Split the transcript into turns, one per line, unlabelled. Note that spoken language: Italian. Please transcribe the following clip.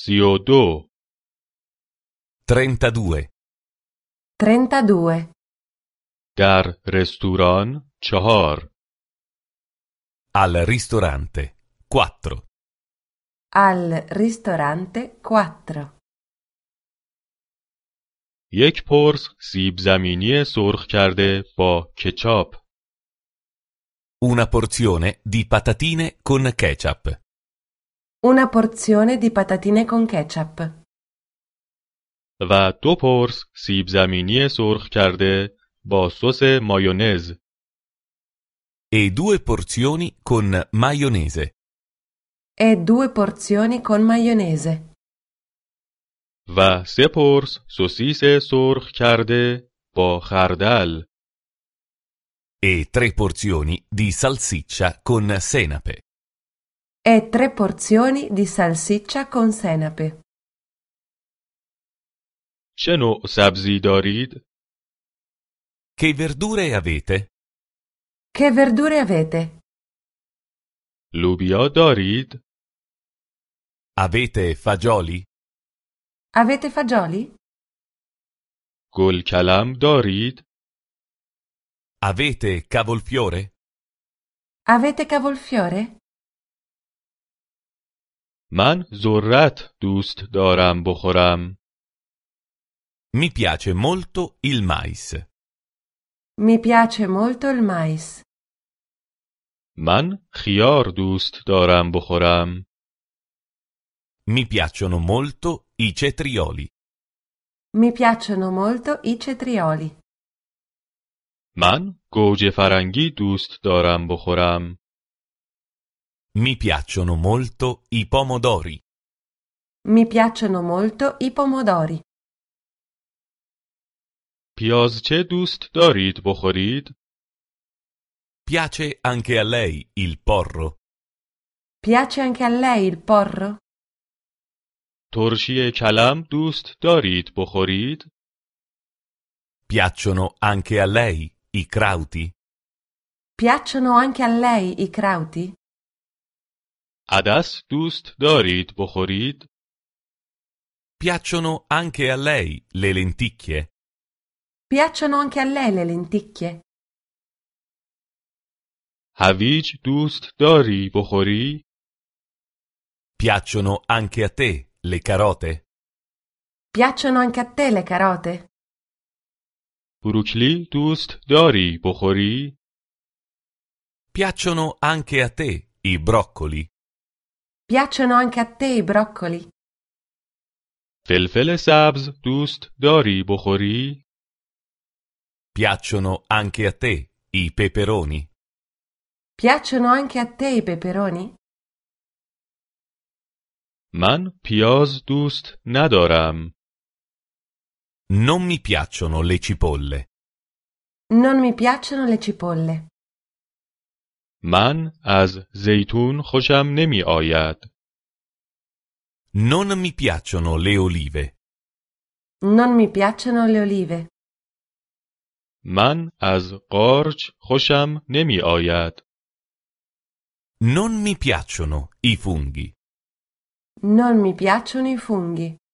سی و due,
32.
32.
در رستوران چهار
Al ristorante. 4.
Al ristorante 4.
یک پرس سیب زمینی سرخ کرده با کچاپ
Una porzione di patatine con ketchup.
Una porzione di patatine con ketchup.
و دو پرس سیب زمینی سرخ کرده با سس مایونز
E due porzioni con maionese.
E due porzioni con maionese.
و سه پرس سوسیس سرخ کرده با خردل
E tre porzioni di salsiccia con senape.
E tre porzioni di salsiccia con senape.
چه نوع سبزی دارید؟
Che verdure avete?
Che verdure avete?
لوبیا دارید؟
Avete fagioli?
Avete fagioli?
گل کلم دارید؟
Avete cavolfiore?
Avete cavolfiore?
من ذرت دوست دارم بخورم
Mi piace molto il mais.
Mi piace molto il mais.
من خیار دوست دارم بخورم
Mi piacciono molto i cetrioli.
Mi piacciono molto i cetrioli.
من گوجه فرنگی دوست دارم بخورم
Mi piacciono molto i pomodori.
Mi piacciono molto i pomodori.
پیازچه دوست دارید بخورید؟
Piace anche a lei il porro?
Piace anche a lei il porro?
ترشی کلم دوست دارید بخورید؟
Piacciono anche a lei i crauti?
Piacciono anche a lei i crauti?
عدس دوست دارید بخورید؟
Piacciono anche a lei le lenticchie?
Piacciono anche a lei le lenticchie?
هویج دوست داری بخوری؟
Piacciono anche a te le carote?
Piacciono anche a te le carote?
بروکلی دوست داری بخوری؟
Piacciono anche a te i broccoli?
Piacciono anche a te i broccoli?
فلفل سبز دوست داری بخوری؟
Piacciono anche a te i peperoni?
Piacciono anche a te i peperoni?
من پیاز دوست ندارم.
Non mi piacciono le cipolle.
Non mi piacciono le cipolle.
من از زیتون خوشم نمی آید.
Non mi piacciono le olive.
Non mi piacciono le olive.
من از قارچ خوشم نمی آید.
Non mi piacciono i funghi.
Non mi piacciono i funghi.